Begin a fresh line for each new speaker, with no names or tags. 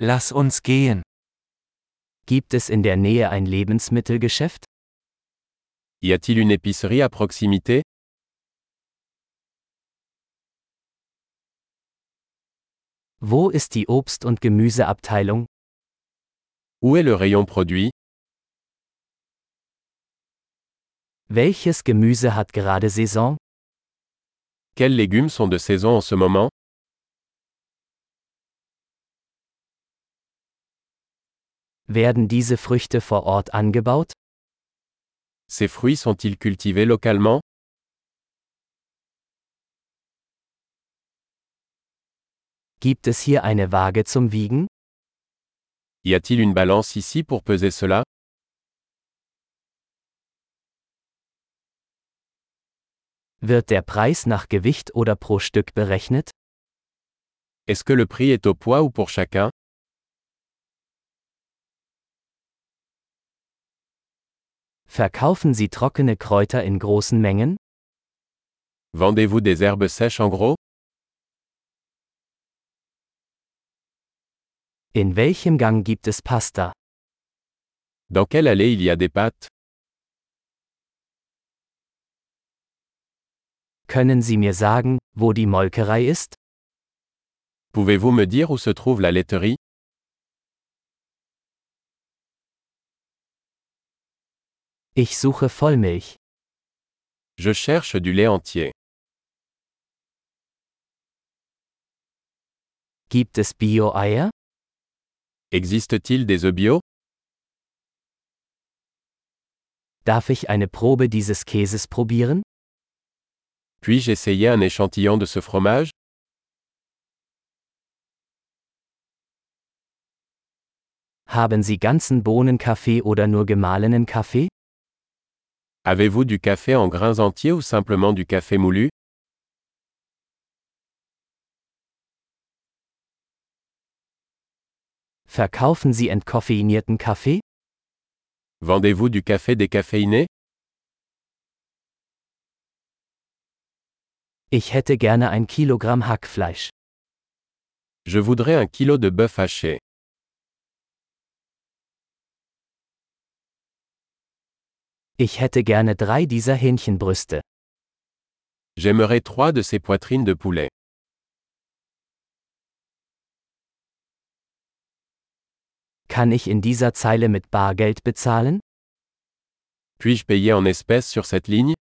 Lass uns gehen.
Gibt es in der Nähe ein Lebensmittelgeschäft?
Y a-t-il une épicerie à proximité
Wo ist die Obst- und Gemüseabteilung?
Où est le rayon produit
Welches Gemüse hat gerade Saison?
Quels légumes sont de saison en ce moment
Werden diese Früchte vor Ort angebaut?
Ces fruits sont-ils cultivés localement
Gibt es hier eine Waage zum Wiegen?
Y a-t-il une balance ici pour peser cela
Wird der Preis nach Gewicht oder pro Stück berechnet?
Est-ce que le prix est au poids ou pour chacun
Verkaufen Sie trockene Kräuter in großen Mengen?
Vendez-vous des herbes sèches en gros
In welchem Gang gibt es Pasta?
Dans quelle allée il y a des pâtes
Können Sie mir sagen, wo die Molkerei ist?
Pouvez-vous me dire où se trouve la laiterie
Ich suche Vollmilch.
Je cherche du lait entier.
Gibt es Bio-Eier?
Existe-t-il des œufs bio
Darf ich eine Probe dieses Käses probieren?
Puis-je essayer un échantillon de ce fromage
Haben Sie ganzen Bohnenkaffee oder nur gemahlenen Kaffee?
Avez-vous du café en grains entiers ou simplement du café moulu
Verkaufen Sie entkoffeinierten Kaffee?
Vendez-vous du café décaféiné
Ich hätte gerne ein Kilogramm Hackfleisch.
Je voudrais un kilo de bœuf haché.
Ich hätte gerne drei dieser Hähnchenbrüste.
J'aimerais trois de ces poitrines de poulet.
Kann ich in dieser Zeile mit Bargeld bezahlen?
Puis-je payer en espèces sur cette ligne